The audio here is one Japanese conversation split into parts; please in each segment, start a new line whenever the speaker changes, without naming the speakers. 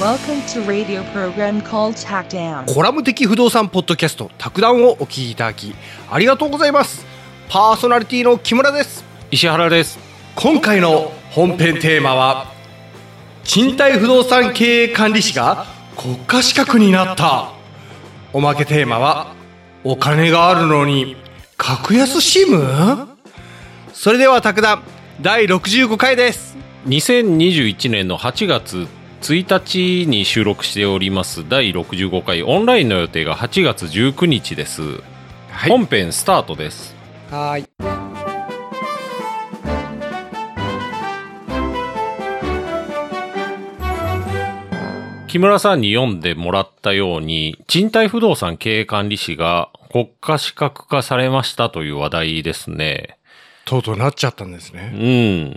Welcome to radio program called Hackdown.
コラム的不動産ポッドキャスト「卓談」をお聞きいただきありがとうございますパーソナリティの木村です
石原です
今回の本編テーマは賃貸不動産経営管理士が国家資格になったおまけテーマはお金があるのに格安シムそれでは卓談第65回です
2021年の8月1日に収録しております第65回オンラインの予定が8月19日です、
はい
本編スタートです
はい
木村さんに読んでもらったように賃貸不動産経営管理士が国家資格化されましたという話題ですね
とうとうなっちゃったんです
う
ね
ん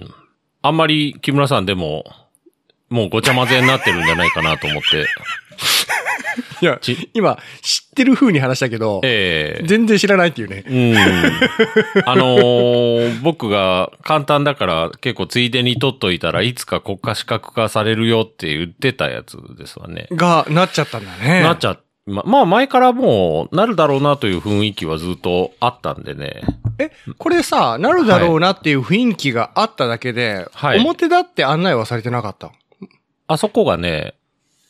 あんまり木村さんでももうごちゃ混ぜになってるんじゃないかなと思って。
いや
ち
今知ってる風に話したけど
ええ
全然知らないっていうね
うん。あのー僕が簡単だから結構ついでに取っといたらいつか国家資格化されるよって言ってたやつですわね。
がなっちゃったんだね
なっちゃ、ま、まあ前からもうなるだろうなという雰囲気はずっとあったんでね。
え、これさ、なるだろうなっていう雰囲気があっただけで、
はい
表だって案内はされてなかった。
あそこがね、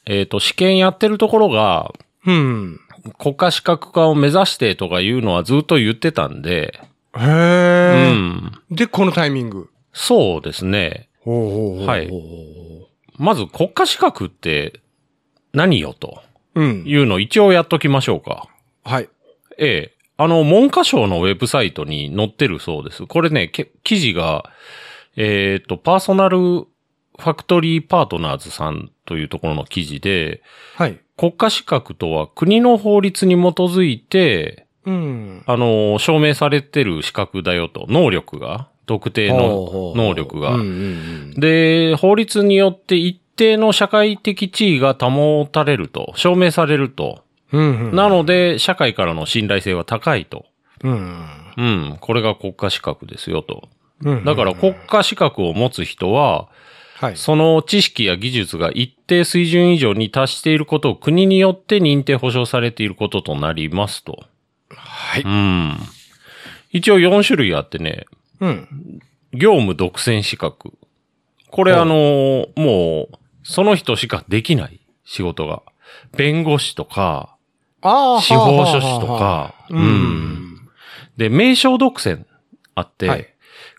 えっ、と、試験やってるところが
うん。
国家資格化を目指してとかいうのはずっと言ってたんで、
へ
う
え、
ん。
で、このタイミング。
そうですね。
ほうほうほうほう
はいまず国家資格って何よと
うん。
いうのを一応やっときましょうか。
はい。
ええ。あの、文科省のウェブサイトに載ってるそうです。これね、け記事が、えっ、と、パーソナルファクトリーパートナーズさんというところの記事で、
はい。
国家資格とは国の法律に基づいて、
うん。
あの、証明されてる資格だよと、能力が、特定
ほうほ
の
う
能力が
うんう。ん
で、法律によって一定の社会的地位が保たれると、証明されると。
うん。うんうん。
なので、社会からの信頼性は高いと。
うん。
うん、これが国家資格ですよと。
うん。
だから国家資格を持つ人は、
はい。
その知識や技術が一定水準以上に達していることを国によって認定保証されていることとなりますと。
はい。
うん。一応4種類あってね、
うん。
業務独占資格。これ
はい
あの、もう、その人しかできない仕事が。弁護士とか、
ああ
司法書士
はあ
と。
はあはあ
か、
う
うん。
ん。
で、名称独占あって、
はい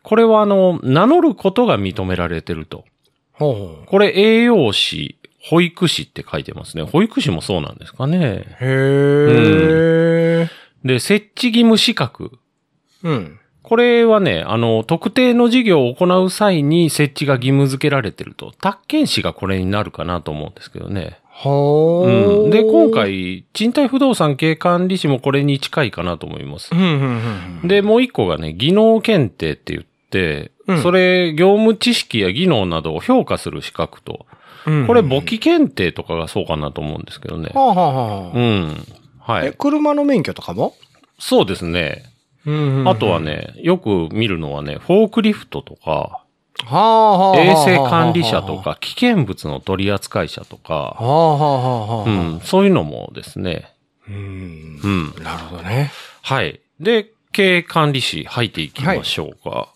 これはあの、名乗ることが認められてると。
ほうほう。
これ栄養士、保育士って書いてますね。保育士もそうなんですかね。
へえ。
で、設置義務資格。
うん。
これはね、あの、特定の事業を行う際に設置が義務付けられてると。宅建士がこれになるかなと思うんですけどね。
ほ
う
う。
ん。で、今。回、賃貸不動産経営管理士もこれに近いかなと思います
う。んうんうんうん。
で、もう一個がね、技能検定って言って、
うん
それ、業務知識や技能などを評価する資格と。
うん
これ、簿記検定とかがそうかなと思うんですけどね。
はあはあは
う
あ。
ん。は
え、
い。
車の免許とかも
そうですね。あ
あ
とは。ね、よく見るのはね、フォークリフトとか、
はあはあはあはあ。
衛生管理者と。か、危険物の取扱者と
は
か、
あはあはあはあ。
うん、そういうのもですね。
うん
う。ん。
なるほどね。
はい。で、経営管理士入っていきましょうか。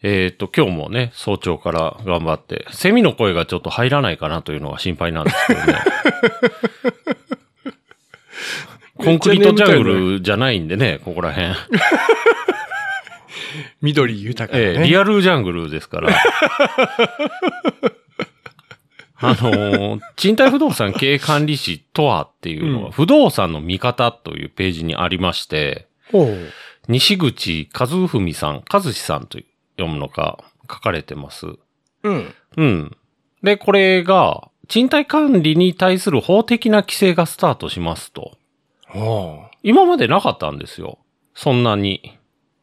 えっ、と、今日もね、早朝から頑張って、セミの声がちょっと入らないかなというのが心配なんですけどね。 コンクリートジャングルじゃないんでね、ここら辺。
緑豊かな
ええ
ね。
リアルジャングルで すから。あのー賃貸不動産経営管理士とはっていうの
うん
は、不動産の見方というページにありまして、
ほう
西口和文さん、和志さんと読むのが書かれてます。
うん。
うん。で、これが、賃貸管理に対する法的な規制がスタートしますと。
は
今までなかったんですよ。そんなに。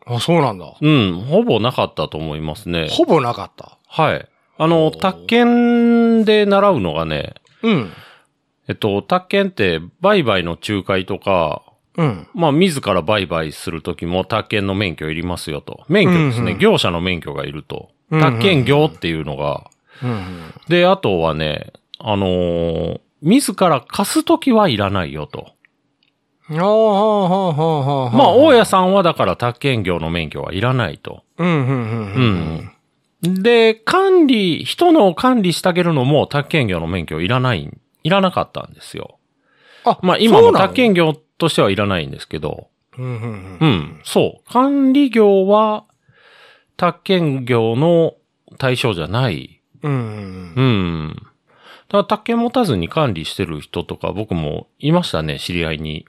あ。あ、そうなんだ。
うん、ほぼなかったと思いますね。
ほぼなかった。
はい。あの、
おー
宅建で習うのがね、
うん。
えっと、宅建って売買の仲介とか、
うん。
まあ、自ら売買するときも宅建の免許いりますよと。免許です
う
ね。
んうん
業者の免許がいると。
うんうん
宅建業っていうのが。
うん。
で、あとはね、ああのー自ら貸すときはいらないよと。
ああ、はあ、はあ、はあ。
まあ、大
い。
家さんはだから宅建業の免許はいらないと。
うん、うん、う
うんん。。で、管理、人のを管理してあげるのも宅建業の免許いらない、いらなかったんですよ。
あ
まあ今も
ん
宅建業としてはいらないんですけど、
うん、うん
う。ん、そう。管理業は宅建業の対象じゃない。
うん、う。
うんん。ただ宅建持たずに管理してる人とか僕もいましたね、知り合いに。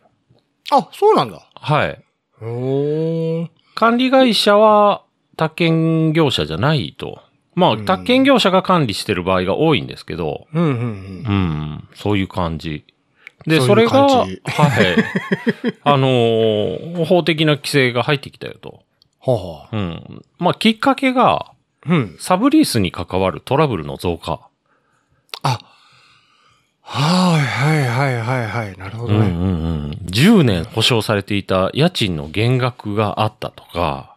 あ、そうなんだ。
はい。
おー。
管理会社は宅建業者じゃないと。まあ、
ん
宅建業者が管理してる場合が多いんですけど、
うん、うん、
うん、そういう感じ。で、
そ
そう
い
れ
う
が、
感
は
じ
い。あのー法的な規制が入ってきたよと。
うん。は
うん。まあ、きっかけが、
あ。うん。
サブリースに関わるトラブルの増加。
あ。はい、はい、はい、はい、はい。なるほ
う
ど
んうん
ね。
うん。10年保証されていた家賃の減額があったとか、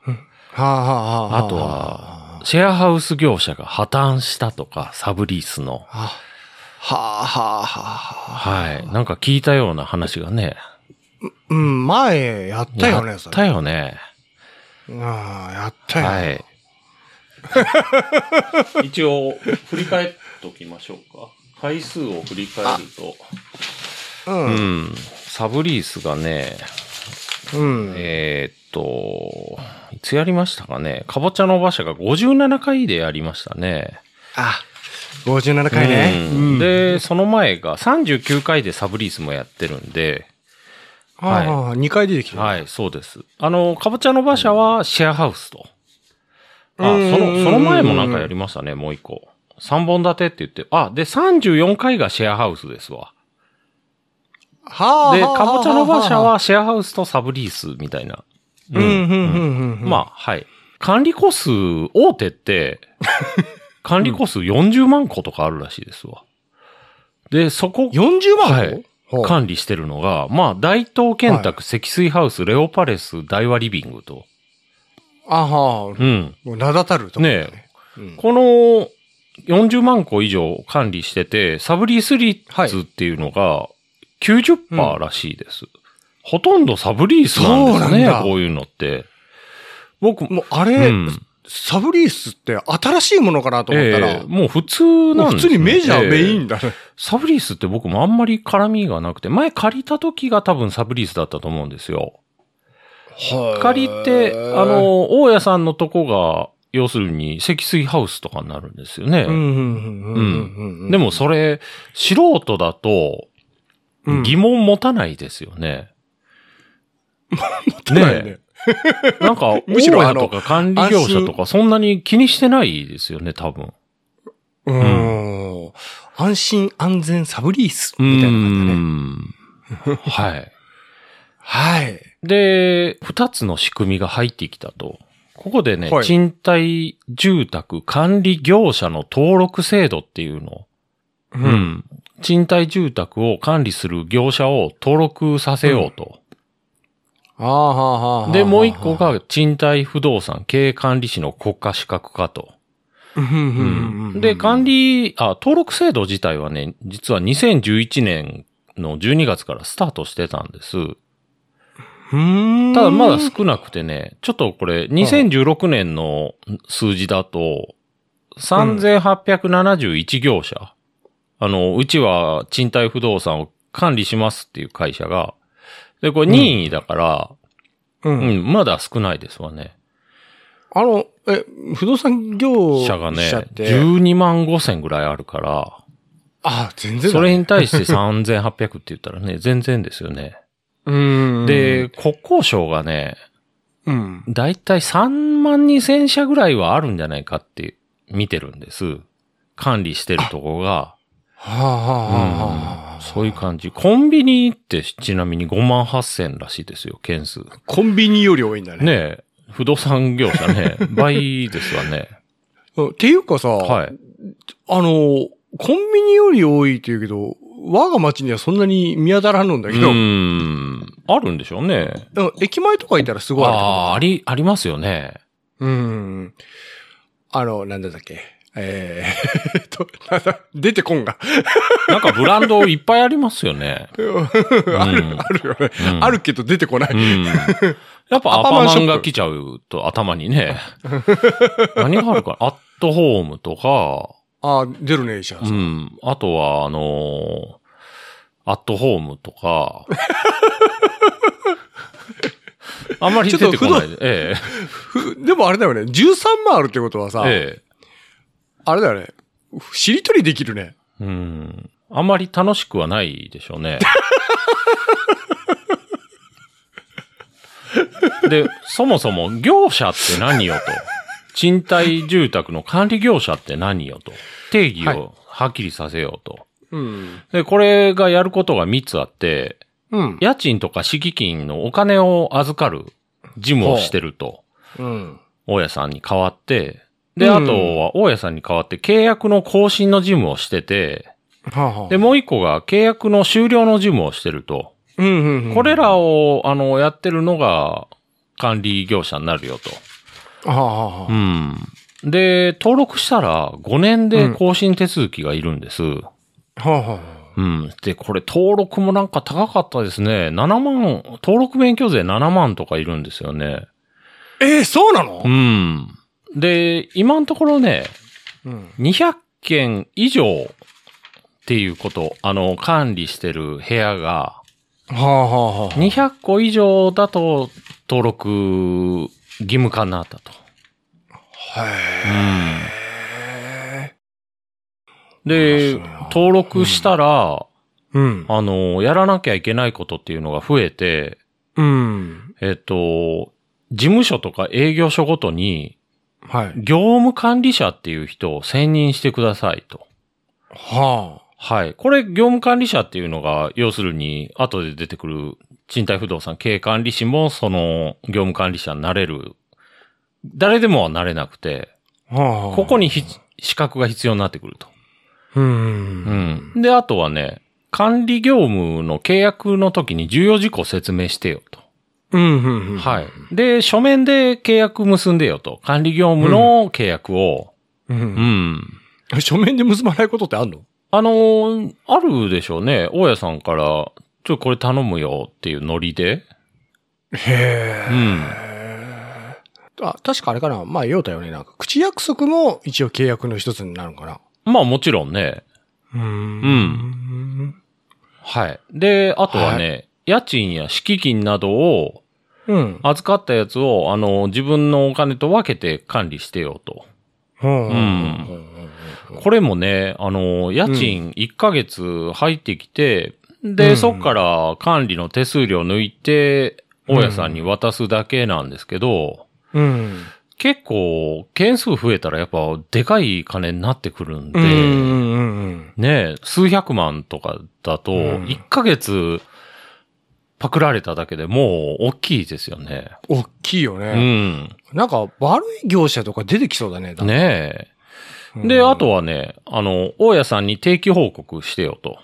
はあ、はあ、はあ。
あとは、シェアハウス業者が破綻したとか、サブリースの。
あ。はあ、はあ、はあ。
はい。なんか聞いたような話がね。
うん、前、やったよね、
やっ
それ。
たよね。
ああ、やったよ。
はい。 一応、振り返っときましょうか。回数を振り返ると。
うん
う。ん。サブリースがね、
うん。
えーっと、いつやりましたかね。かぼちゃの馬車が57回でやりましたね。
あ、57回ね。
うんで、その前が39回でサブリースもやってるんで、はい
ああ、2回出てきた。
はい、そうです。あの、かぼちゃの馬車はシェアハウスと。あ、
うん
その、その前もなんかやりましたね、もう一個。三本立てって言って、あ、で、34回がシェアハウスですわ。
はあ。
で、
はあ
かぼちゃの馬車、
ああ
はシェアハウスとサブリースみたいな。
うん、うん、うん、うん。
まあ、はい。管理個数、大手 って、管理個数40万個とかあるらしいですわ。で、そこ、
40万
はい
ほう
管理してるのが、まあ、大東建託、積水ハウス、レオパレス、大和リビングと。
あは
う
あ。
ん。
もう名だたるとこだよね。うん
この40万個以上管理してて、サブリース率っていうのが90%らしいです。ほとんどサブリースなんです
そう
ね
なんだ、
こういうのって。僕、
もうあれ
うん、
サブリースって新しいものかなと思った
え
ら
え、もう普通
も
な
うん普
です
通
ね
にメジャ
え
ー
え
メインだね。
サブリースって僕もあんまり絡みがなくて、前借りた時が多分サブリースだったと思うんですよ。借りて、あ、の、大家さんのとこが、要するに積水ハウスとかになるんですよね。
うん、うん、うん、うんうんうん。
でもそれ、素人だと、
うん、
疑問持たないですよね。
問ないね。
なんか、
むしろ
大
あ
家
の
とか管理業者とか、そんなに気にしてないですよね、多分。
うん。安心安全サブリース
う
みたいな感じだね。
ーん はい。
はい。
で、二つの仕組みが入ってきたと。ここでね、
はい
賃貸住宅管理業者の登録制度っていうの。
う
う。ん。賃貸住宅を管理する業者を登録させようと。
ああ、はあ、はあはあ。
で、もう一個が賃貸不動産経営管理士の国家資格化と。
うん、うんうんうん、
で、管理、あ、登録制度自体はね、実は2011年の12月からスタートしてたんです。
うーん。
ただまだ少なくてね、ちょっとこれ2016年の数字だと、3871業者。あの、うちは賃貸不動産を管理しますっていう会社が、で、これ任意だから、
う。
うんん、まだ少ないですわね。
あの、え、不動産業
社
者
がね、
って、
12万5千ぐらいあるから、
あ、全然だ
それ
ね
に対して3800って言ったらね、全然ですよね。
うん。
で、、国交省がね、
うん。
だいたい3万2千社ぐらいはあるんじゃないかって見てるんです。管理してるとこが。
はあ、はあ
う
はあは
ん
あ、
そういう感じ。コンビニってちなみに5万8千らしいですよ、件数。
コンビニより多いんだね。
ねえ、不動産業 者ね、倍ですわね。
うん。っていうかさ、
はい。
あの、コンビニより多いって言うけど、我が町にはそんなに見当たらんのんだ
う
けど、
ん。あるんでしょうね。
うん駅前とかいたらすごいあると思う
ああー、あり、ありますよね。
うん。あの、なんだったっけ。えー えっと、なんだ出てこんが。
なんかブランドいっぱいありますよね。
ある、あるよね。
うん
あるけど出てこない。
うん。やっぱア
ア
パ
パマン
マ
ショップ
ンが来ちゃうと頭 にね。何があるかなアットホームとか、
ああ、出るね、医者さ。
うんん。あとは、あのーアットホーム とか。あんまり出てこない。え
ふでもあれだよね、13万あるってことは
え。
さ、
え
あれだよね、しりとりできるね。
え。うん。あんまり楽しくはないでしょ うね。で、そもそも業者って何よと。賃貸住宅の管理業者って何よと。定義をはっきりさせようと。
うん。
で、これがやることが3つあって、
うん。
家賃とか敷金のお金を預かる事務をしてると、
うん。
大家さんに代わって、で、
うん
あとは大家さんに代わって契約の更新の事務をしてて、
はあはあ
で、もう一個が契約の終了の事務をしてると、
うんうんうん
これらを、あの、やってるのが管理業者になるよと。
はあはあはあ
うん。で、登録したら5年で更新手続きがいるんです。
はあはあ
うん。で、これ登録もなんか高かったですね。7万、登録免許税7万とかいるんですよね。
えー、そうなの
うん。で、今のところね、
うん。
200件以上っていうこと、あの、管理してる部屋が、
はあはあはあ
200個以上だと登録義務化になったと。
へ
で
面白いな、
登録したら、
ーうん。
あの、やらなきゃいけないことっていうのが増えて、
うん。
えっと、事務所とか営業所ごとに、
はい。
業務管理者っていう人を選任してくださいと。
は
はい。これ、業務管理者っていうのが、要するに、後で出てくる賃貸不動産経営管理士も、その、業務管理者になれる。誰でもはなれなくて、
あ。はあ。
ここ。にひ資格が必要になってくると。
うん。
うん。で、あとはね、管理業務の契約の時に重要事項を説明してよと。
うん。うん。うん
はい。。で、書面で契約結んでよと。管理業務の契約を。
う。
うんん。
書面で結ばないことってあんの
あのーあるでしょうね。大家さんから、ちょ、これ頼むよっていうノリで。
へ
う
え。
ん。
あ、確かあれかな。まあ、言おうたよね。なんか、口約束も一応契約の一つになるのかな。
まあもちろんね。
うん
はい。で、あとはね、家賃や敷金などを、
うん。
預かったやつを、あのー自分のお金と分けて管理してよと。
うん。
これもね、あのー家賃1ヶ月入ってきて、
う
で、
ん
そっから管理の手数料抜いて、大家さんに渡すだけなんですけど、
うん。
結構、件数増えたらやっぱ、でかい金になってくるんで、
うん。うん。
ねえ、数百万とかだと、
うん
1ヶ月、パクられただけでもう、大きいですよね。
大きいよ
う
ね。
ん。
なんか、悪い業者とか出てきそうだね。
ねえ。で、あ。とはね、あの、大家さんに定期報告してよと。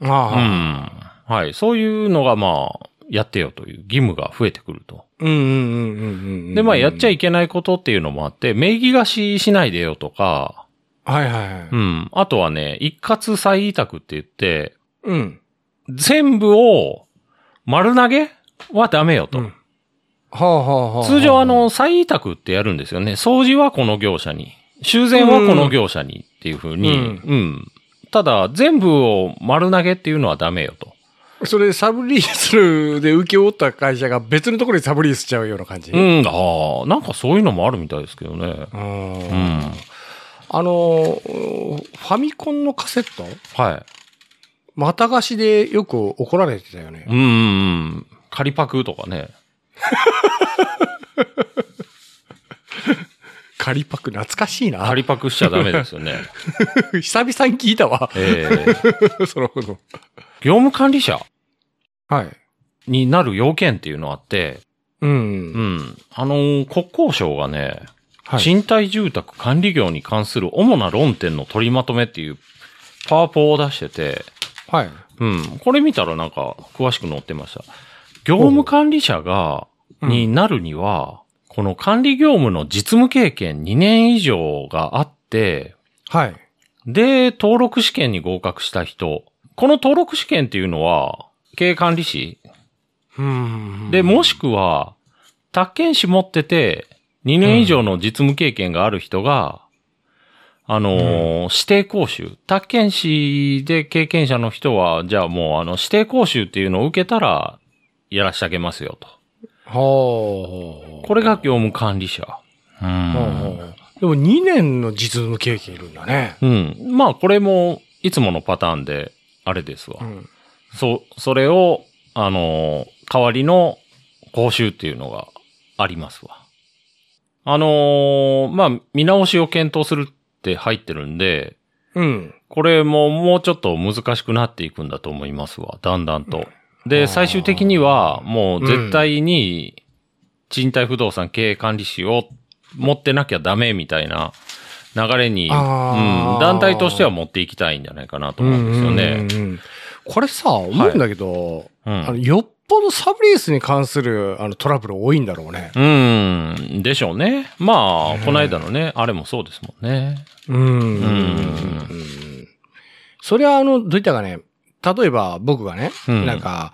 う
ああ。
ん。はい。そういうのが、まあ、やってよという義務が増えてくると。
うんうんうんうん。
で、まあ、やっちゃ
い。
いけないことっていうのもあって、名義貸ししないでよとか、
はいはい。
うん。あとはね、一括再委託って言って、
うん。
全部を丸投げはダメよと。
うんはあはあはあ。
通常あ、の、再委託ってやるんですよね。掃除はこの業者に。修繕はこの業者にっていうふうに。う
うん
ん。ただ、全部を丸投げっていうのはダメよと。
それサブリースで請け負った会社が別のところにサブリースしちゃうような感じ。
う
うん。
ん。ああ、なんかそういうのもあるみたいですけどね。うん。
あのー、ファミコンのカセット
はい。
また貸しでよく怒られてたよね。
うんうんうん。仮パクとかね。
仮パク懐かしいな。
仮パクしちゃダメですよ ね。
久々に聞いたわ。
ええ
そのこと。
業務管理者
はい。
になる要件っていうのあって、
う。
うんん。あのー国交省がね、
はい。
賃貸住宅管理業に関する主な論点の取りまとめっていうパワポを出してて、
はい。
うん。これ見たらなんか詳しく載ってました。業務管理者が、
うん
になるには、この管理業務の実務経験2年以上があって、
はい。
で、登録試験に合格した人。この登録試験っていうのは、経営管理士
うん
で、もしくは、宅建士持ってて、2年以上の実務経験がある人が、あのー指定講習。宅建士で経験者の人は、じゃあもう、あの、指定講習っていうのを受けたら、やらしてあげますよと。
はあ。
これが業務管理者。う
うん
ん。
うんでも2年の実務経験いるんだね。
うん。まあ、これも、いつものパターンで、あれですわ。
ん。
そ、それを、あのー、代わりの講習っていうのがありますわ。あのーまあ、見直しを検討するって入ってるんで、
うん。
これももうちょっと難しくなっていくんだと思いますわ。だんだんと。で、最終的には、もう絶対に、賃貸不動産経営管理士を持ってなきゃダメみたいな流れに、うん、
あー
団体としては持っていきたいんじゃないかなと思うんですよね。
うんうんうんこれさ、思うんだけど、
うん
あのよっぽどサブリースに関するあのトラブル多いんだろうね。
うん、でしょうね。まあ、この間のね、あれもそうですもんね。
うん
う
それはあの、どういったかね、例えば僕がね、
うん
なんか、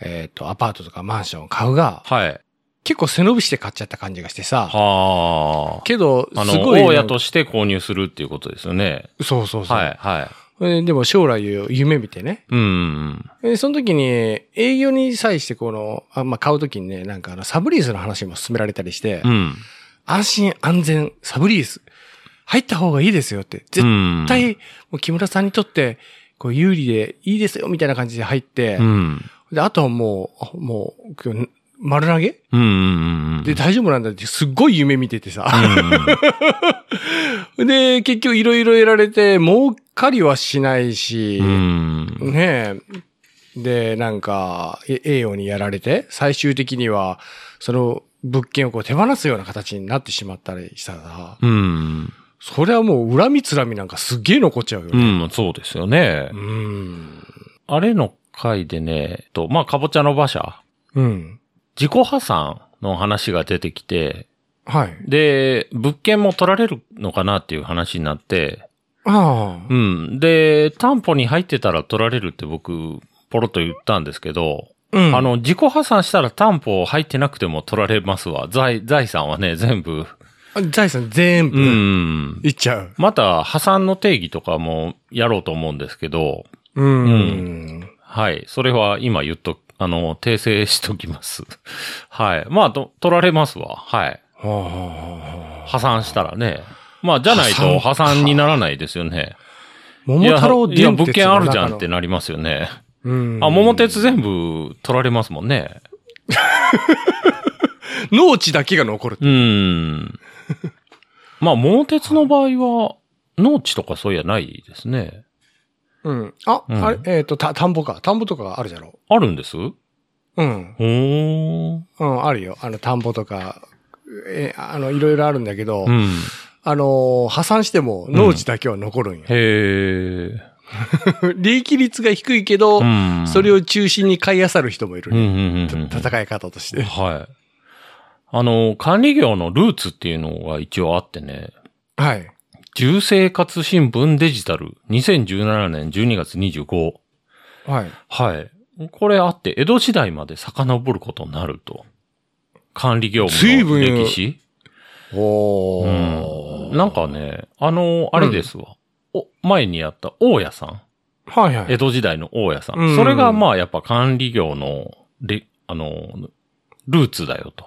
えっ、と、アパートとかマンションを買うが、
はい。
結構背伸びして買っちゃった感じがしてさ、
は
けど、
あ。あ
す
の、
ごい。
大家として購入するっていうことですよね。
そうそうそう。
はい、はい。
えーでも将来を夢見てね。
うん。
えーその時に営業に際してこの、あまあ、買う時にね、なんかあのサブリースの話も進められたりして、
うん。
安心安全サブリース入った方がいいですよって、絶
絶
対、もう木村さんにとってこう有利でいいですよみたいな感じで入って、
うん。
で、あとはもうあ、もうこう、丸投げ
うん。うん。
で大丈夫なんだってすっごい夢見ててさ。で、結局いろいろ得られて、儲かりはしないし、
うん。
ねえ。で、なんか、え栄養にやられて、最終的には、その物件をこう手放すような形になってしまったりしたら、
うん。
それはもう恨みつらみなんかすっげえ残っちゃうよ
う
ね。
ん、そうですよね
う。ん。
あれの回でね、と、まあ、かぼちゃの馬車、
うん。
自己破産の話が出てきて、
はい。
で、物件も取られるのかなっていう話になって、
あ
うん。で、担保に入ってたら取られるって僕、ポロッと言ったんですけど、
あ。うん
あ、の、自己破産したら担保入ってなくても取られますわ。財、財産はね、全部。
財産全
う
部、
ん。
いっちゃう。
また、破産の定義とかもやろうと思うんですけど、
うん。
はい。それは今言っと、あの、訂正しときます。 はい。まあ、と、取られますわ。はい。
はあはあはあ
破産したらね。まあ、じゃないと
破
破
産か
産にならないですよね。い
桃
や
太郎
いや、
電
物
鉄
件
の
あ
中の
るじゃんって。なりますよね。
うん
あ、桃鉄全部取られますもんね。
農地だけが残る。
うーん。まあ、桃鉄の場合は、農地とかそういやないですね。
うん。あ、
うん
あれ、えっ、と、た、田んぼか。田んぼとかがあるじゃろ
あるんですほ
う。うん。
ー。
うん、あるよ。あの、田んぼとか、えーあの、いろいろあるんだけど、
うん。
あのー破産しても農地だけは残るんよ。
へえ。
利益率が低いけど、
うん。
それ
を、
を中心に買い漁る人もいる
うんう
ね。
んうんうん。
た戦い方として。
はい。あの、管理業のルーツっていうのが一応あってね、
はい。
住生活新聞デジタル2017年12月25。
はい。
はい。これあって、江戸時代まで遡ることになると。管理業
随
務の
分
歴史
お
う
ー。
ん。なんかね、あの、あれですわ。お、前にやった大家さん。
はいはい。
江戸時代の大家さん。
うん
それがまあやっぱ管理業の、れ、あの、ルーツだよと。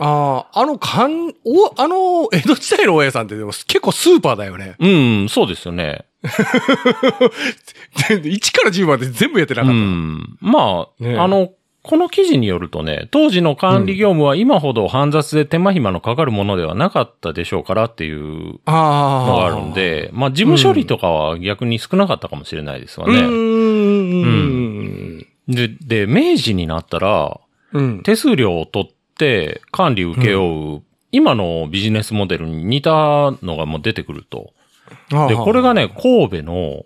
ああ、あの、かん、お、あの、江戸時代の大家さんってでも結構スーパーだよね。
うん、そうですよね。
1から10まで全部やってなか
う
った。
ん。まあ、
ねえ
あの、この記事によるとね、当時の管理業務は今ほど煩雑で手間暇のかかるものではなかったでしょうからっていう
ああ。
のがあるんで、まあ事務処理とかは逆に少なかったかもしれないですわ
う
ね。
ん。
で、で、明治になったら、
うん。
手数料を取って管理受け負う、今のビジネスモデルに似たのがもう出てくると。で、これがね、神戸の、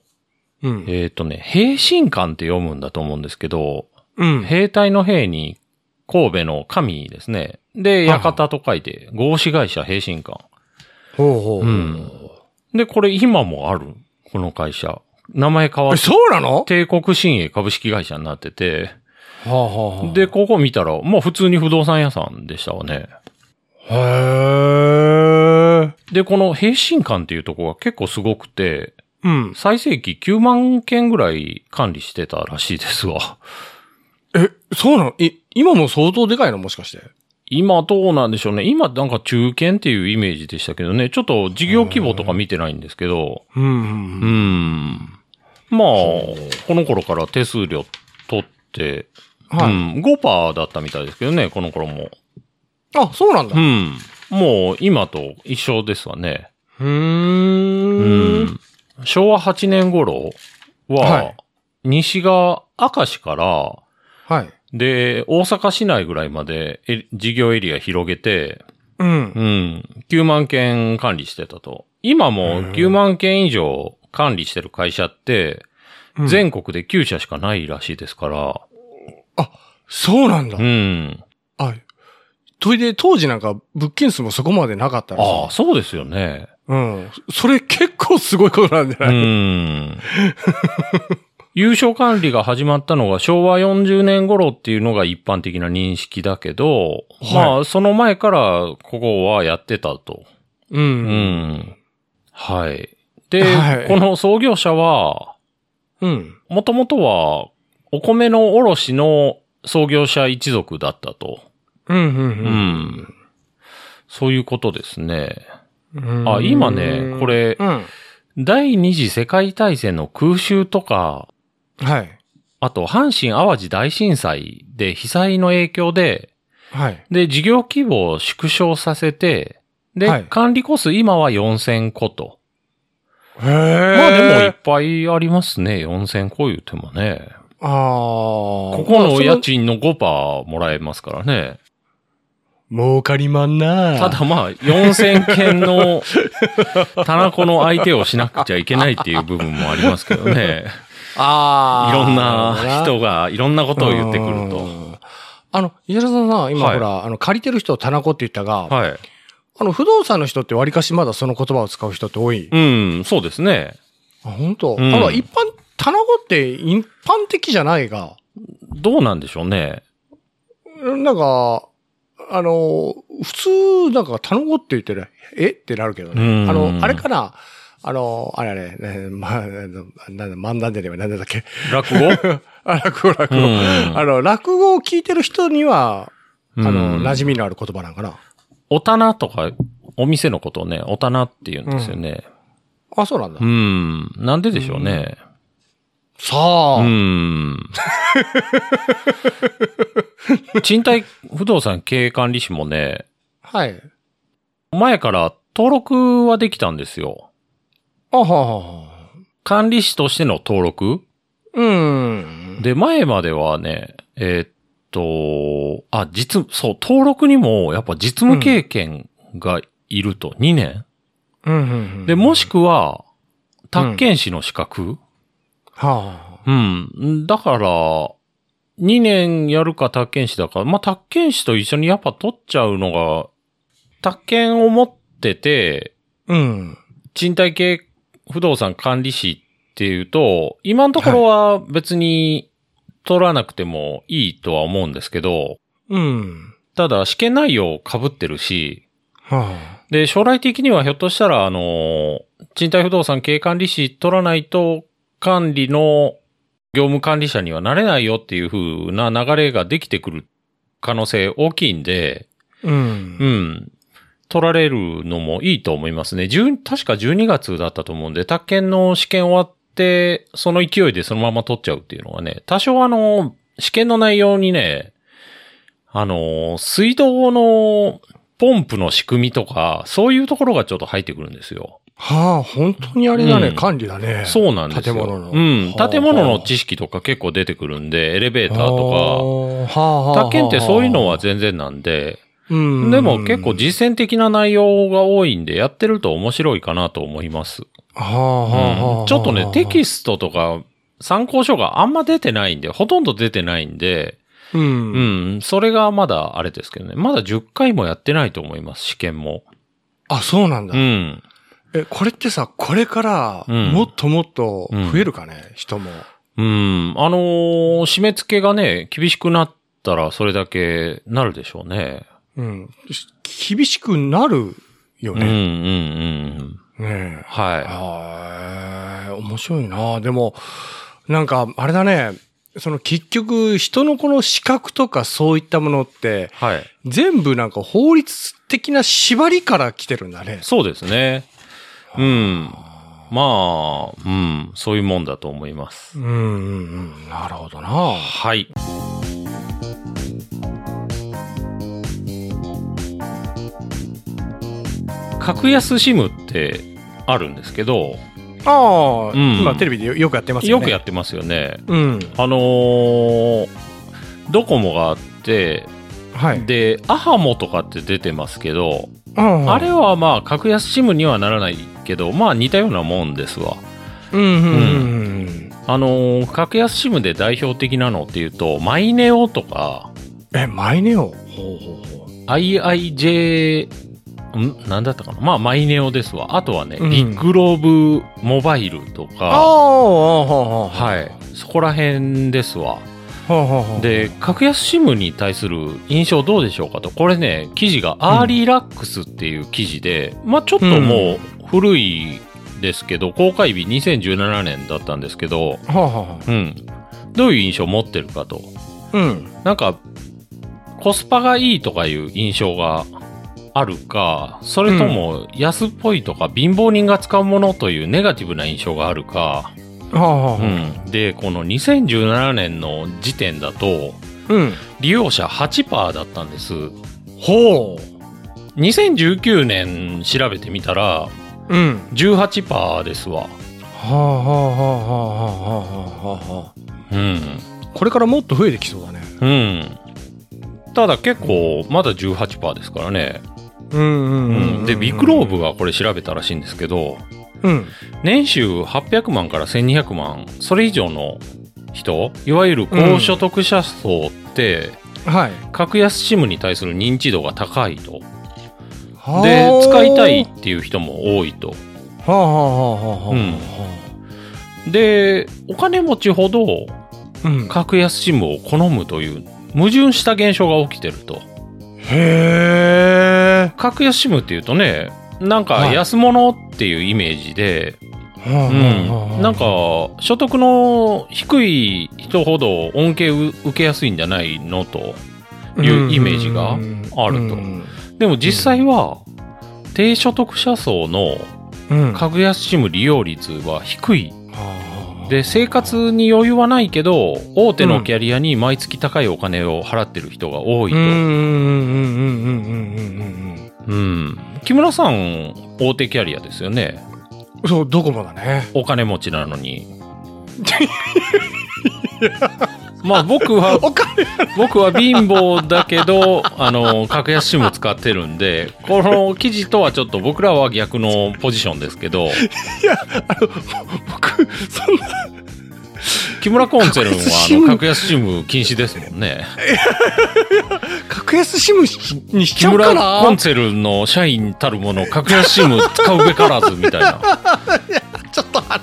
うん。
えっ、とね、平信館って読むんだと思うんですけど、
うん。
兵隊の兵に神戸の神ですね。で、
はいはい
館と書いて、合資会社平信館。
ほうほう。
うんで、これ今もある。この会社。名前変わ
え、
って、
そうなの
帝国新営株式会社になってて、
はあ、は
で、ここ見たら、もう普通に不動産屋さんでしたわね。
へー。
で、この平信館っていうとこが結構すごくて、
うん。
最盛期9万件ぐらい管理してたらしいですわ。
え、そうなのえ、今も相当でかいのもしかして。
今どうなんでしょうね。今なんか中堅っていうイメージでしたけどね。ちょっと事業規模とか見てないんですけど、
うん
うー
ん。
ん。まあ、この頃から手数料取って、
は
う
い。
ん、5%だったみたいですけどね、この頃も。
あ、そうなんだ
う。ん。もう今と一緒ですわね。
うー。
うんん昭和8年頃は、
はい
西が明石から、
はい。
で、大阪市内ぐらいまでえ事業エリア広げて、
うん
う。ん、9万件管理してたと。今も
うん
9万件以上管理してる会社って、
うん
全国で9社しかないらしいですから、
そうなんだ
う。ん。
あ、といで、当時なんか物件数もそこまでなかったらしい
ああ、そうですよね。
うん。それ結構すごいことなんじゃ
う
ない、
ん。優勝管理が始まったのが昭和40年頃っていうのが一般的な認識だけど、
はい
まあ、その前からここはやってたと。
う。
うんん。はい。で、
はい
この創業者は、
うん。
もともとはお米の卸の創業者一族だったと。
うん。う。
うんん。そういうことですね。
うん
あ今ねこれ
うん。
第二次世界大戦の空襲とか、
はい。
あと、阪神淡路大震災で被災の影響で、
はい。
で、事業規模を縮小させて、で、
はい
管理コス今は4000個と。
へえ。
まあでもい
で
っぱいありますね。4000個言うてもね。
も、ああ。
ここ
まあ
の
そ
家賃の5%もらえますからね。
儲かりまんな
ただまあ、4000 件の棚子の相手をしなくちゃいけないっていう部分もありますけどね。
ああ。
いろんな人
が
がいろんなことを言ってくると。。
あの、石原さんさ、今
はい
ほら、あの、借りてる人を棚子って言ったが、
はい。
あの、不動産の人ってわりかしまだその言葉を使う人って多い。
うん、そうですね。
あ、本当。
うん
ただ一般、棚子って一般的じゃないが、
どうなんでしょうね。
なんか、あの、普通、なんか、頼むって言ってる、えってなるけど
う
ね。
ん
あの、あれかなあの、あれあれ、ねま、なんだ、漫談でね、なんだっけ。
落語
あ、落語、落語。
うん
あの、落語を聞いてる人には、あの、
うん
馴染みのある言葉なんかな。
お棚とか、お店のことをね、お棚って言うんですよね。
あ、そうなんだ
う。ん。なんででしょうね。
さあ、
うん。賃貸不動産経営管理士もね、
はい。
前から登録はできたんですよ。
あははは。
管理士としての登録
うん。
で、前まではね、えーっと、あ、実、そう、登録にもやっぱ実務経験がいると、2年。
うんうんうん
で、もし、くは、宅建士の資格、
はあ。
うん。だから、2年やるか宅建士だから、まあ、宅建士と一緒にやっぱ取っちゃうのが、宅建を持ってて、
うん。
賃貸系不動産管理士っていうと、今のところは別に取らなくてもいいとは思うんですけど、
うん。
ただ試験内容被ってるし、
は
で、将来的にはひょっとしたら、あの、賃貸不動産経営管理士取らないと、管理の業務管理者にはなれないよっていう風な流れができてくる可能性大きいんで、
あ。うん
う。ん。取られるのもいいと思いますね。10確か12月だったと思うんで、宅建の試験終わって、その勢いでそのまま取っちゃうっていうのはね、多少あの、試験の内容にね、あの、水道のポンプの仕組みとか、そういうところがちょっと入ってくるんですよ。
はあ、本当にあれだね、
うん
管理だね。
そうなんですよ。
建物の。
うん。
はあ
建物の知識とか結構出てくるんで、エレベーターと
か。はあはあは
か、
あ
宅建ってそういうのは、全然なんで、
うん
でも結構、実践的な内容が多いんで、やってると面白いかなと思います。
はあはあは
う
あ
んちょっとね、テキストとか参考書があんま出てないんで、ほとんど出てないんで、
う。
うんん、それがまだあれですけどね、まだ10回もやってないと思います、試験も。
あ、そうなんだ
う。ん。
え、これってさ、これから、
うん
もっともっと増えるかね、人も。
うん。あのー締め付けがね、厳しくなったらそれだけなるでしょうね。
うん。し厳しくなるよ
うんうん
ね。
うん。
ねえ。
は
はい。面白いなでも、なんか、あれだね、その結局、人のこの資格とかそういったものって
い。、はい。
全部なんか法律的な縛りから来てるんだね。
そうですね。うん。まあ、うん。そういうもんだと思います
う。んうんうん。なるほどな
はい。格安シムってあるんですけど、
ああ、
うん
今テレビでよよくやってますよ
よ
ね。
くや
っ
ってますよね。
うん。
あのードコモがあって、
はい。
で、アハモとかって出てますけど、
あ
あれはまあ、格安シムにはならないけど、まあ似たようなもんですわ。
うんうんうんうん。
あのー格安シムで代表的なのっていうと、マイネオとか、
え、マイネオほうほうほ
IIJ、んなんだったかなまあ、マイネオですわ。あとはね、
うん
ビッグローブモバイルと
ああ、
か、
ほうほうほう。
はい。そこら辺ですわ。
ほうほうほう。
で、格安シムに対する印象どうでしょうかと。これね、記事がアーリーラックスっていう記事で、まあ、ちょっともう古いですけど、公開日2017年だったんですけど、
ほうほうほ
うん。どういう印象を持ってるかと。
う。うん。
なんか、コスパがいいとかいう印象があるか、それとも安っぽいとか、貧乏人が使うものというネガティブな印象があるか、
ほうほう
う
ほう。
ん。で、この2017年の時点だと、
うん。
利用者8%だったんです。
ほ
2019年調べてみたら、
う。うん。
18%ですわ。
はあはあはあはあはあはあは
うん。
あ。これからもっと増えてきそうだね。
うん。ただ結構、まだ18%ですからね。
うんうん
う
うん
ん。で、ビッグローブがこれ調べたらしいんですけど、
うん。
年収800万から1200万、それ以上の人、いわゆる高所得者層って、
はい。
格安シムに対する認知度が高いと。
はあ
で、使いたいっていう人も多いと。
はあはあはあはあはあ。
うんで、お金持ちほど
うん。
格安シムを好むという矛盾した現象が起きてると。
へえ。
格安シムっていうとね、なんか
はい
安物っていうイメージで、うん、なんか、所得の低い人ほど恩恵を受けやすいんじゃないのと。いうイメージがあると
うん
でも実際は、低所得者層の
うん。
格安シム利用率は低い。
はあ
で、生活に余裕はないけど、大手のキャリアに毎月高いお金を払ってる人が多いと。
う
う
ん
ん。
うんうんうんうんうんうんうん
木村さん、大手キャリアですよね。
うん。そう、ドコモだね。
お金持ちなのに。 まあ僕は、
お金
僕は貧乏だけど、あの、格安シム使ってるんで、この記事とはちょっと僕らは逆のポジションですけど、
僕、そんな、
木村コンツェルンはあ
格安シム
の格安シム禁止ですもんね。
格安シムにしち
木
ゃうか
村コン
な
ツェルンの社員たるもの格安シム使うべからずみたい な。は
ちょっと、あ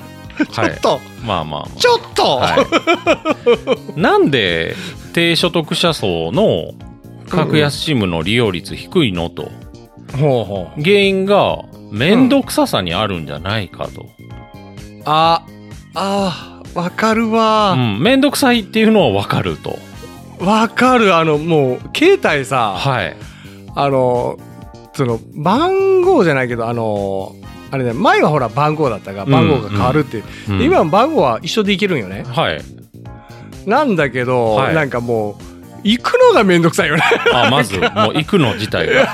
ちょっ
い。
と、
まあま
ちょっと、
あ、はい。なんで低所得者層の格安シムの利用率低いのと。
ほうほう。
原因が面倒くささにあるんじゃないかと。
あ、あー、わかる
う
わ。
ん、めんどくさいっていうのはわかると。
わ、かる。あの、もう、携帯さ、
はい。
あの、その、番号じゃないけど、あの、あれね、前はほら番号だったが、番号が変わるっていう。
うん
で今は番号は一緒でいけるんよね。
はい。
なんだけど、
はい
なんかもう、行くのがめんどくさいよね。
あ、まず、もう行くの自体 が。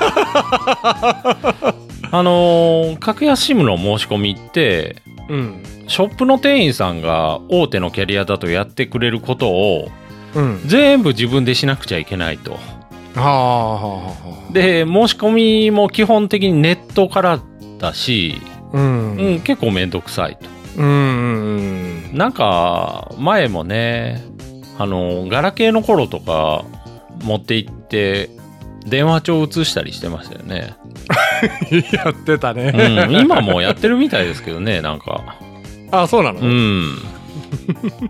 あのー格安シムの申し込みって、
うん。
ショップの店員さんが大手のキャリアだとやってくれることを
うん。
全部自分でしなくちゃいけないと。
はあ、はあ、はあ。
で、申し込みも基本的にネットからだし、
うん。
うん、結構めんどくさいと。
うん。
なんか、前もね、あの、ガラケーの頃とか持って行って、電話帳移したりしてましたよね。
やってたね。
う ん、今もうやってるみたいですけどね、なんか。
あ、そうなの、
うん。
懐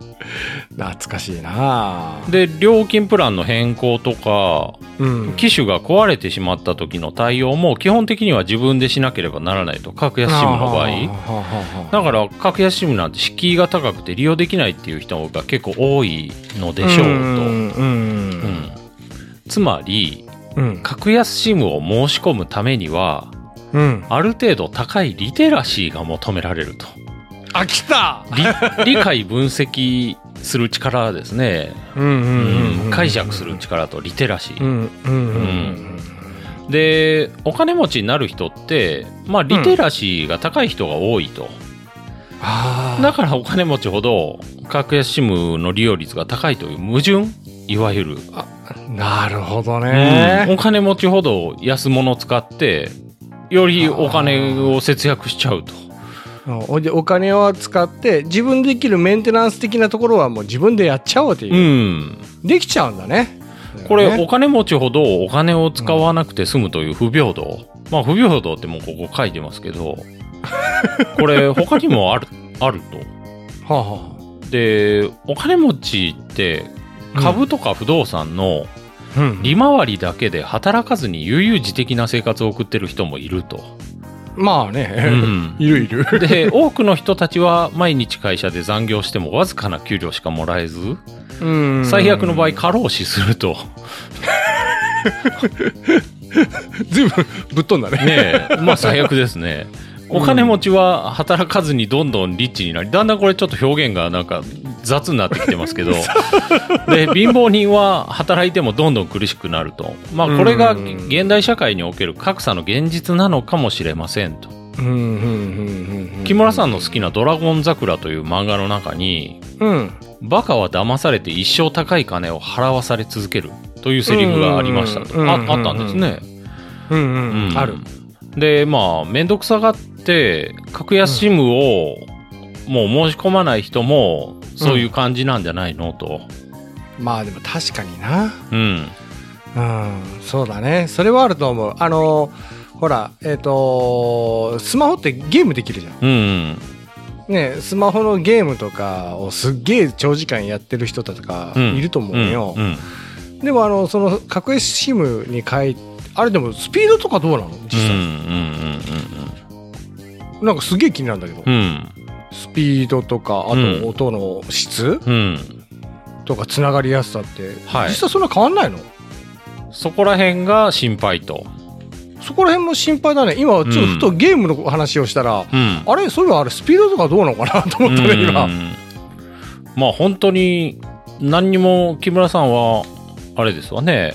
かしいな
で、料金プランの変更とか、
うん。
機種が壊れてしまった時の対応も基本的には自分でしなければならないと、格安シムの場
は
合。
あはあはあ
だから、格安シムなんて敷居が高くて利用できないっていう人が結構多いのでしょうと。
ん
う
うん
んつまり、
うん
格安シムを申し込むためには、
うん
ある程度高いリテラシーが求められると。
あ来た
理理解分析する力ですね、
うんう
うん解釈する力とリテラシ
う
ー、
んうんうん
でお金持ちになる人ってまあリテラシーが高い人が多いと、
あ
だからお金持ちほど格安シムの利用率が高いという矛盾いわゆる、
ーなるほどね、
うんお金持ちほど安物を使ってよりお金を節約しちゃうと
おお金を使って自分でできるメンテナンス的なところはもう自分でやっちゃおうっていうう、
ん
できちゃうんだね
これ、お
ね
金持ちほどお金を使わなくて済むという不平等。まあ、不平等ってもうここ書いてます けど、これ、他にもある、 あると。
はあは
で、お金持ちって、
うん
株とか不動産の
あうん
利回りだけで働かずに悠々自適な生活を送ってる人もいると。
まあね、
うん
いるいる
で、多くの人たちは毎日会社で残業してもわずかな給料しかもらえず、最悪の場合過労死すると。
全部ぶっ飛んだね
ねえ、まあ最悪ですね。お金持ちは働かずにどんどんリッチになり、だんだんこれちょっと表現がなんか雑になってきてますけど、で、貧乏人は働いてもどんどん苦しくなると。まあこれが
うん
現代社会における格差の現実なのかもしれませんと。
うんうんうんうん
木村さんの好きなドラゴン桜という漫画の中に、
うん
バカは騙されて一生高い金を払わされ続けるというセリフがありましたと。
うん
ああったんですね。
うんうん、
うん
ある
でまあ面倒くさがって格安 SIM をもう申し込まない人もそういう感じなんじゃないのと、
まあでも確かにな
うん、
うんそうだねそれはあると思うあのほらえっ、とスマホってゲームできるじゃん
うんうん
ねスマホのゲームとかをすっげえ長時間やってる人とか
うん
いると思うよ、
うん
でもあのその格安 SIM に変えあれでもスピードとかどうなの実
うんう
際、
ん
なんかすげえ気になるんだけど、
うんうんうん
スピードとかあ
うん
と音の質
うん
とかつながりやすさって、
はい
実際そんな変わんないの
うんそこら辺が心配と、
そこら辺も心配だね今ちょっとふとゲームの話をしたら、
うん、
あれそういえばあれスピードとかどうなのかなと思ったね
うんう
今
んまあ本当に何にも木村さんはあれですわね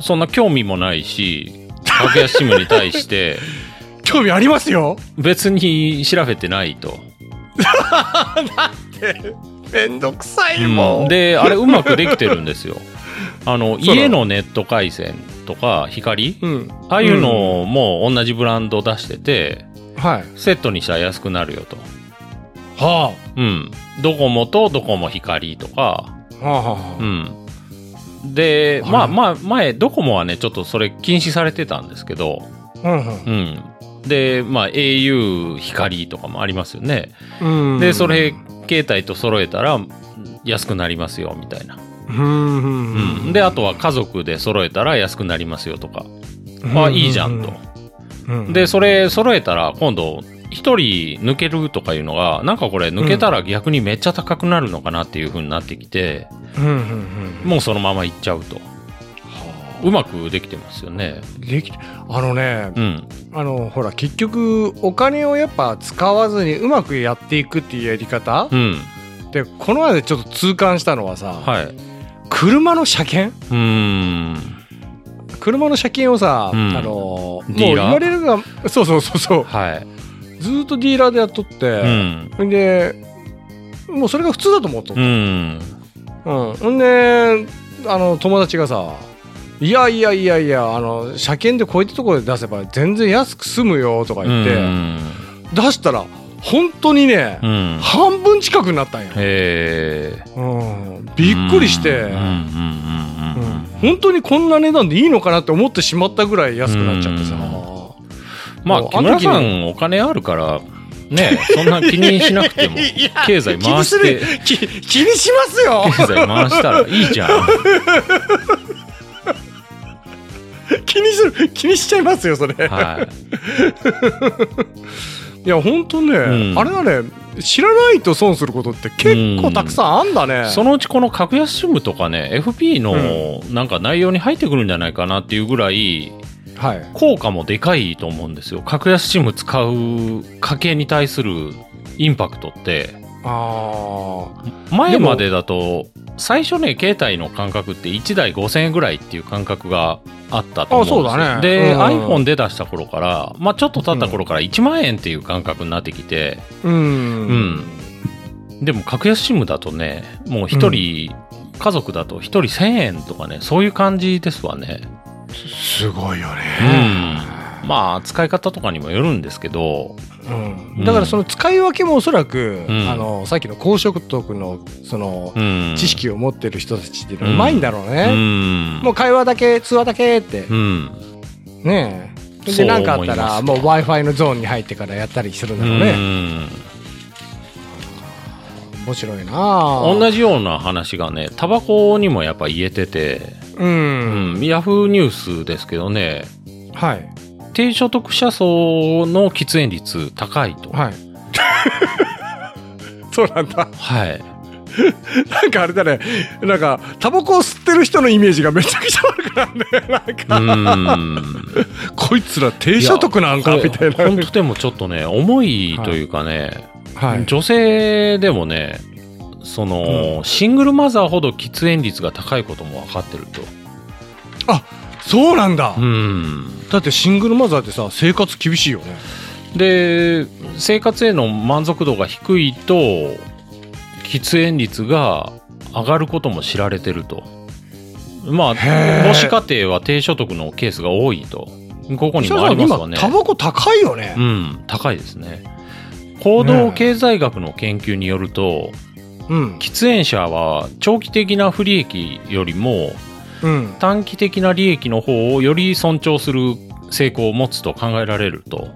そんな興味もないし格安 SIM に対して
興味ありますよ
別に調べてないと。
めんどくさい
うん
もん、
であれうまくできてるんですよ あの
そうなの
家のネット回線とか光
うん
ああいうのも同じブランド出してて
はい
セットにしたら安くなるよと
は
うんドコモとドコモ光とか
あ、はあはあ
うんで
あれ
まあまあ前ドコモはねちょっとそれ禁止されてたんですけど
うん
うんでまあ au 光とかもありますよね
うんうん
でそれ携帯と揃えたら安くなりますよみたいな
うんうん
うん、であとは家族で揃えたら安くなりますよとか、
うん
あいいじゃんと、
うんうん
でそれ揃えたら今度1人抜けるとかいうのがなんかこれ抜けたら逆にめっちゃ高くなるのかなっていう風になってきて、
うんうんうん
もうそのまま行っちゃうと
は
うまくできてますよね
あできあのね
うん
あのほら結局お金をやっぱ使わずにうまくやっていくっていうやり方
うん
でこの間でちょっと痛感したのはさ、
はい
車の車検
うーん
車の車検をさ、
うん
あのもう
ディー
言
ラー
われるがそうそうそうそう
はい
ずーっとディーラーでやっとっ
う
て、
ん
ん、でもうそれが普通だと思っとっ
う
た
ん
うん、んであの友達がさ「いやいやいやいやあの車検でこういったところで出せば全然安く済むよ」とか
う
言って、
ん
出したら本当にね、
うん
半分近くになったんよ、
へえ
うん、びっくりして、
うんうんうんうんうん
本当にこんな値段でいいのかなって思ってしまったぐらい安くなっちゃってさ、
うまあ、
もう
木村さ
あの時
んお金あるから、ね、そんな気にしなくて も
いや、
経済
気に
回
す
して
る、き気にします よ
経済回したらいい じゃん。
気にする気にしちゃいますよそれ、、
はい
やほんとね、
うん
あれだね知らないと損することって結構たくさんあんだね、
い。そのうちこの格安 SIM とかね、FP のなんか内容に入ってくるんじゃないかなっていうぐらい、
はい
効果もでかいと思うんですよ。格安 SIM 使う家計に対するインパクトって、
あー
前までだと、最初ね、携帯の感覚って1台5000円ぐらいっていう感覚があったと思うんですよ。
あそうだね
で、
うん
iPhone 出だした頃から、まあちょっと経った頃から1万円っていう感覚になってきて、
うん
うんでも格安 SIM だとね、もう一人、家族だと1人1000円とかね、そういう感じですわね。
すごいよ
う
ね、
ん。まあ、使い方とかにもよるんですけど、
うん
うん
だからその使い分けもおそらく、
うん
あのさっきの高所得のその
うん。
知識を持ってる人たちっていうのはうまいんだろう
う
ね、
ん。
もう会話だけ通話だけって
うん。
ねえ
そう
で何かあった
思いま
ら
す
もう w i f i のゾーンに入ってからやったりするんだ
う
ろうね、
ん。
面白いなあ
同じような話がね、タバコにもやっぱ言えてて、
う、
うんん、ヤフーニュースですけどね、
はい
低所得者層の喫煙率高いと。
はい そうなんだ
はい。
なんかあれだねなんかタバコを吸ってる人のイメージがめちゃくちゃ悪くなるんだよなん
う
か、
ん。
こいつら低所得なんかみたいな
本当でもちょっとね、重いというかね、
はい
女性でもね、その、シングルマザーほど喫煙率が高いことも分かってると。
そうなんだ、
うん。
だってシングルマザーってさ生活厳しいよね
で、生活への満足度が低いと、喫煙率が上がることも知られてると。まあ、
へー
母子家庭は低所得のケースが多いと。ここにもありますわ
今
ね。
タバコ高いよね
うん、高いですね。行動経済学の研究によると、
うん
喫煙者は長期的な不利益よりも
うん
短期的な利益の方をより尊重する成功を持つと考えられると。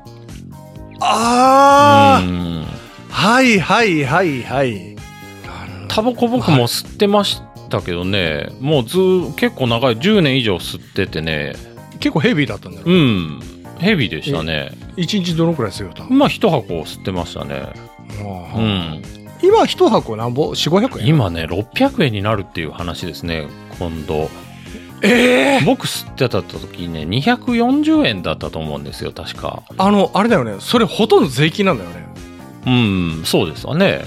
あ
うん
あはいはいはいはい
タバコ僕も吸ってましたけどね、もうずー結構長い10年以上吸っててね
結構ヘビーだったんだよ、
うんヘビーでしたね
一日どのくらい吸うよた、
まあ一箱吸ってましたねう
うん今一箱なんぼ4500円
今ね600円になるっていう話ですね今度
ええ
僕吸ってた時ね240円だったと思うんですよ確か
あのあれだよねそれほとんど税金なんだよね
うんそうですわね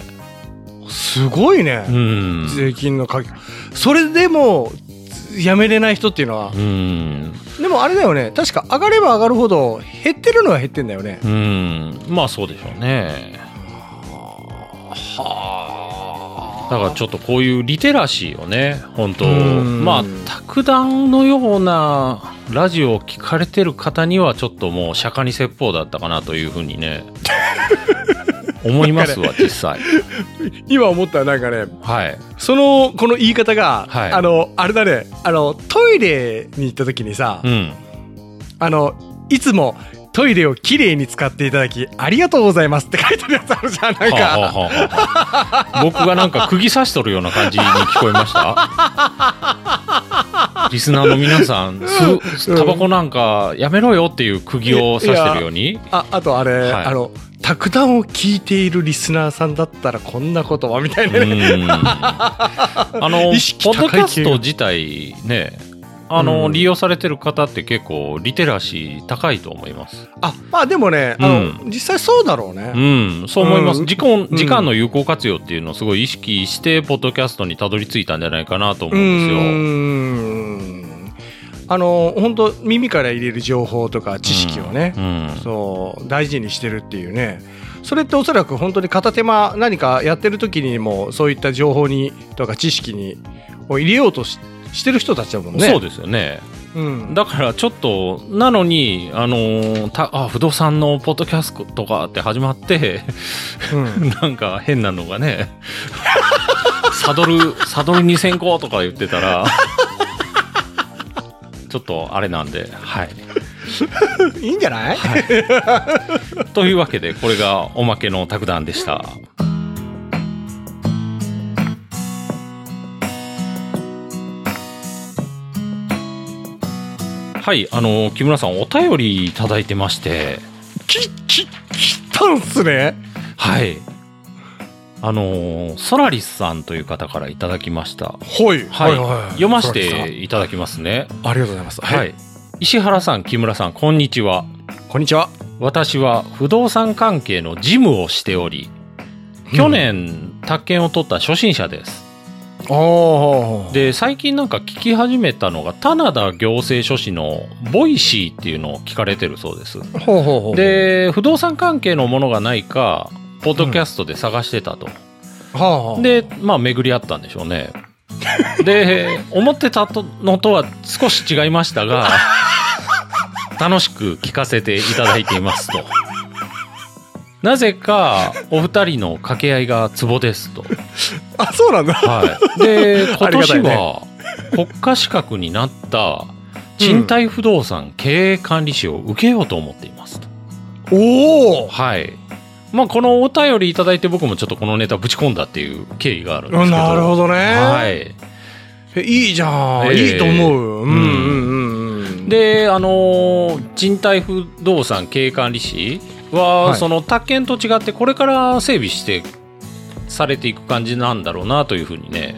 すごいね
う、ん
税金のかけそれでもやめれない人っていうのは
うん
でもあれだよね確か上がれば上がるほど減ってるのは減ってんだよね
うんまあそうでしょうね
は
だからちょっとこういうリテラシーをね本当
うん
まあ卓談のようなラジオを聞かれてる方にはちょっともう釈迦に説法だったかなというふうに ね思いますわ実際
今思ったらなんかね
はい
そのこの言い方が、
はい
あのあれだねあのトイレに行った時にさ、
うん
あのいつもトイレをきれいに使っていただきありがとうございますって書いてあるやつあるじゃん なんか、
はあはあはあはあ僕がなんか釘刺しとるような感じに聞こえました リスナーの皆さんすタバコなんかやめろよっていう釘を刺してるように
ああとあれ、
はい
あの卓談を聞いているリスナーさんだったらこんなことはみたいな
う
ね、
ん あのポ
意識高い
ッドキャスト自体ねあの、
うん
利用されてる方って結構リテラシー高いと思います
あまあでもねあの、実際そうだろう
う
ね、
んそう思います、
うん
時間
うん
時間の有効活用っていうのをすごい意識してポッドキャストにたどり着いたんじゃないかなと思
う
うんですよ
んあの本当耳から入れる情報とか知識をね、
うん
そう大事にしてるっていうねそれっておそらく本当に片手間何かやってる時にもそういった情報にとか知識にを入れようとししてる人たちだもんね。
そうですよね
うん、
だからちょっとなのにあのーたあ不動産のポッドキャストとかって始まって
うん
なんか変なのがねサドルサドル2000個とか言ってたらちょっとあれなんではい
いいんじゃない、
というわけで、これがおまけの卓談でした。はい、あの、木村さん、お便りいただいてまして、
き、き、きたんすね。
はい。あの、ソラリスさんという方からいただきました。
はい。
はい、読ませ
そうで
ていただきますね。
すかありがとうございます。
はい。石原さん、木村さん、こんにちは。
こんにちは。
私は不動産関係の事務をしており、去年、宅建を取った初心者です。
ああ。
で、最近なんか聞き始めたのが、棚田行政書士のボイシーっていうのを聞かれてるそうです。
ほうほうほう、
で、不動産関係のものがないか、ポッドキャストで探してたと。
はあはあ、
で、まあ巡り合ったんでしょ うね。で、思ってたのとは少し違いました が、楽しく聞かせていただいていま すと。なぜか、お二人の掛け合いがツボですと。
あ、そうなんだ。
はい。で、今
ありがたい
年
ね
は、国家資格になった賃貸不動産経営管理士を受けようと思っていますと。
おお。
はい。まあ、このお便りいただいて僕もちょっとこのネタぶち込んだっていう経緯があるんですけど。
なるほどね。。
はいい。
いいじゃん。
ええ
いいと思う。うん
う
うんんうん。、
で、あのー賃貸不動産経営管理士は、
はい
その宅建と違ってこれから整備してされていく感じなんだろうなというふうにね、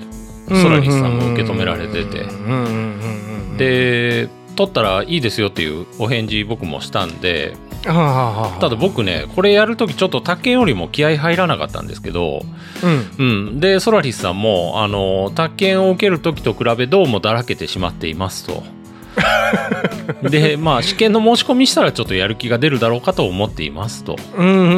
ソラリスさんも受け止められてて
うんうんうんうん、
で取ったらいいですよっていうお返事僕もしたんで
はあはあはあ、
ただ僕ねこれやる時ちょっと宅建よりも気合入らなかったんですけど、
うん。
うん、でソラリスさんもあの宅建を受ける時と比べどうもだらけてしまっていま すと。でまあ試験の申し込みしたらちょっとやる気が出るだろうかと思っていますと
うんうんうんう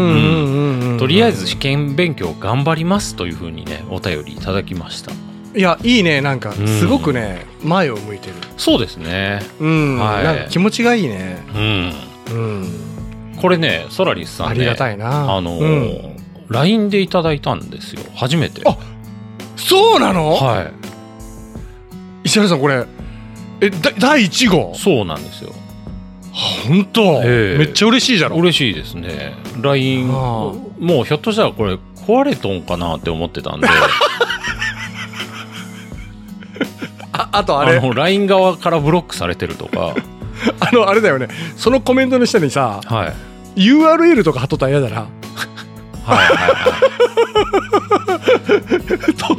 んうん。
とりあえず試験勉強頑張りますというふうにねお便りいただきました
いやいいねなんか
ん
すごくね、前を向いてる。
そうですね
うん、
はい
なんか気持ちがいいね。
うん
うん。
これねソラリスさん
あ
ね
りがたいな。
あの
う
ー
ん
LINE でいただいたんですよ初めて
あそうなの？
は
石原さんこれえだ第一号
い。そうなんですよ
本当、
ええ
めっちゃ嬉しいじゃろ。
嬉しいですね LINE
ああ
もうひょっとしたらこれ壊れとんかなって思ってたんで
ああ とあ
あ
れあ
の LINE 側からブロックされてるとか
の あれだよね。そのコメントの下にさ
はい
URL とか貼っとったら嫌だな。
はいはいは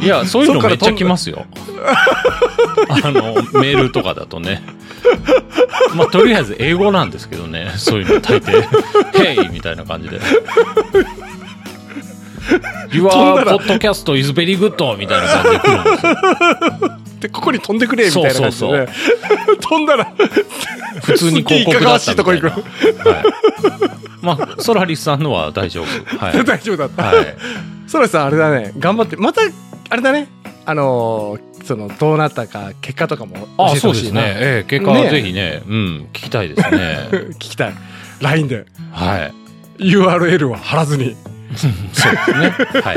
い いやそういうのめっちゃ来ますよあのメールとかだとねまあとりあえず英語なんですけどねそういうの 大抵「Hey」みたいな感じで「Your
飛んだら
podcast is very good」みたいな感じで来るんですよ
でここに飛んでくれみたいな感じでね。飛んだら
普通
す
に広
っげえい
告
かが
だ
わ
っ
したい
みた
とこ
い
行
な、
く
はい、まあソラリスさんのは大丈夫はい、
大丈夫だった。
はい、
そらさんあれだね頑張ってまたあれだねあのーそのどうなったか結果とかも教
あ
えて
そう
ほ
で
し
す
いな、
ね、ええ、結果
ね
は
え
ぜひねうん聞きたいですね
聞きたい LINE で
はい
URL は貼らずに
そうですね。はい。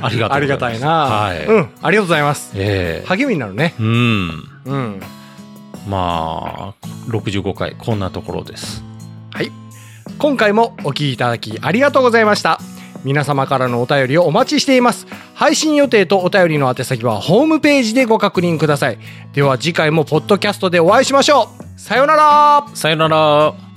ありがとうご
あ
ざいます
りがたいな、
はい。
うんありがとうございます
ええ
励みになるね
うん。
うん
まあ、65回、こんなところです。
今回もお聞きいただきありがとうございました皆様からのお便りをお待ちしています配信予定とお便りの宛先はホームページでご確認くださいでは次回もポッドキャストでお会いしましょうさようなら
さよなら。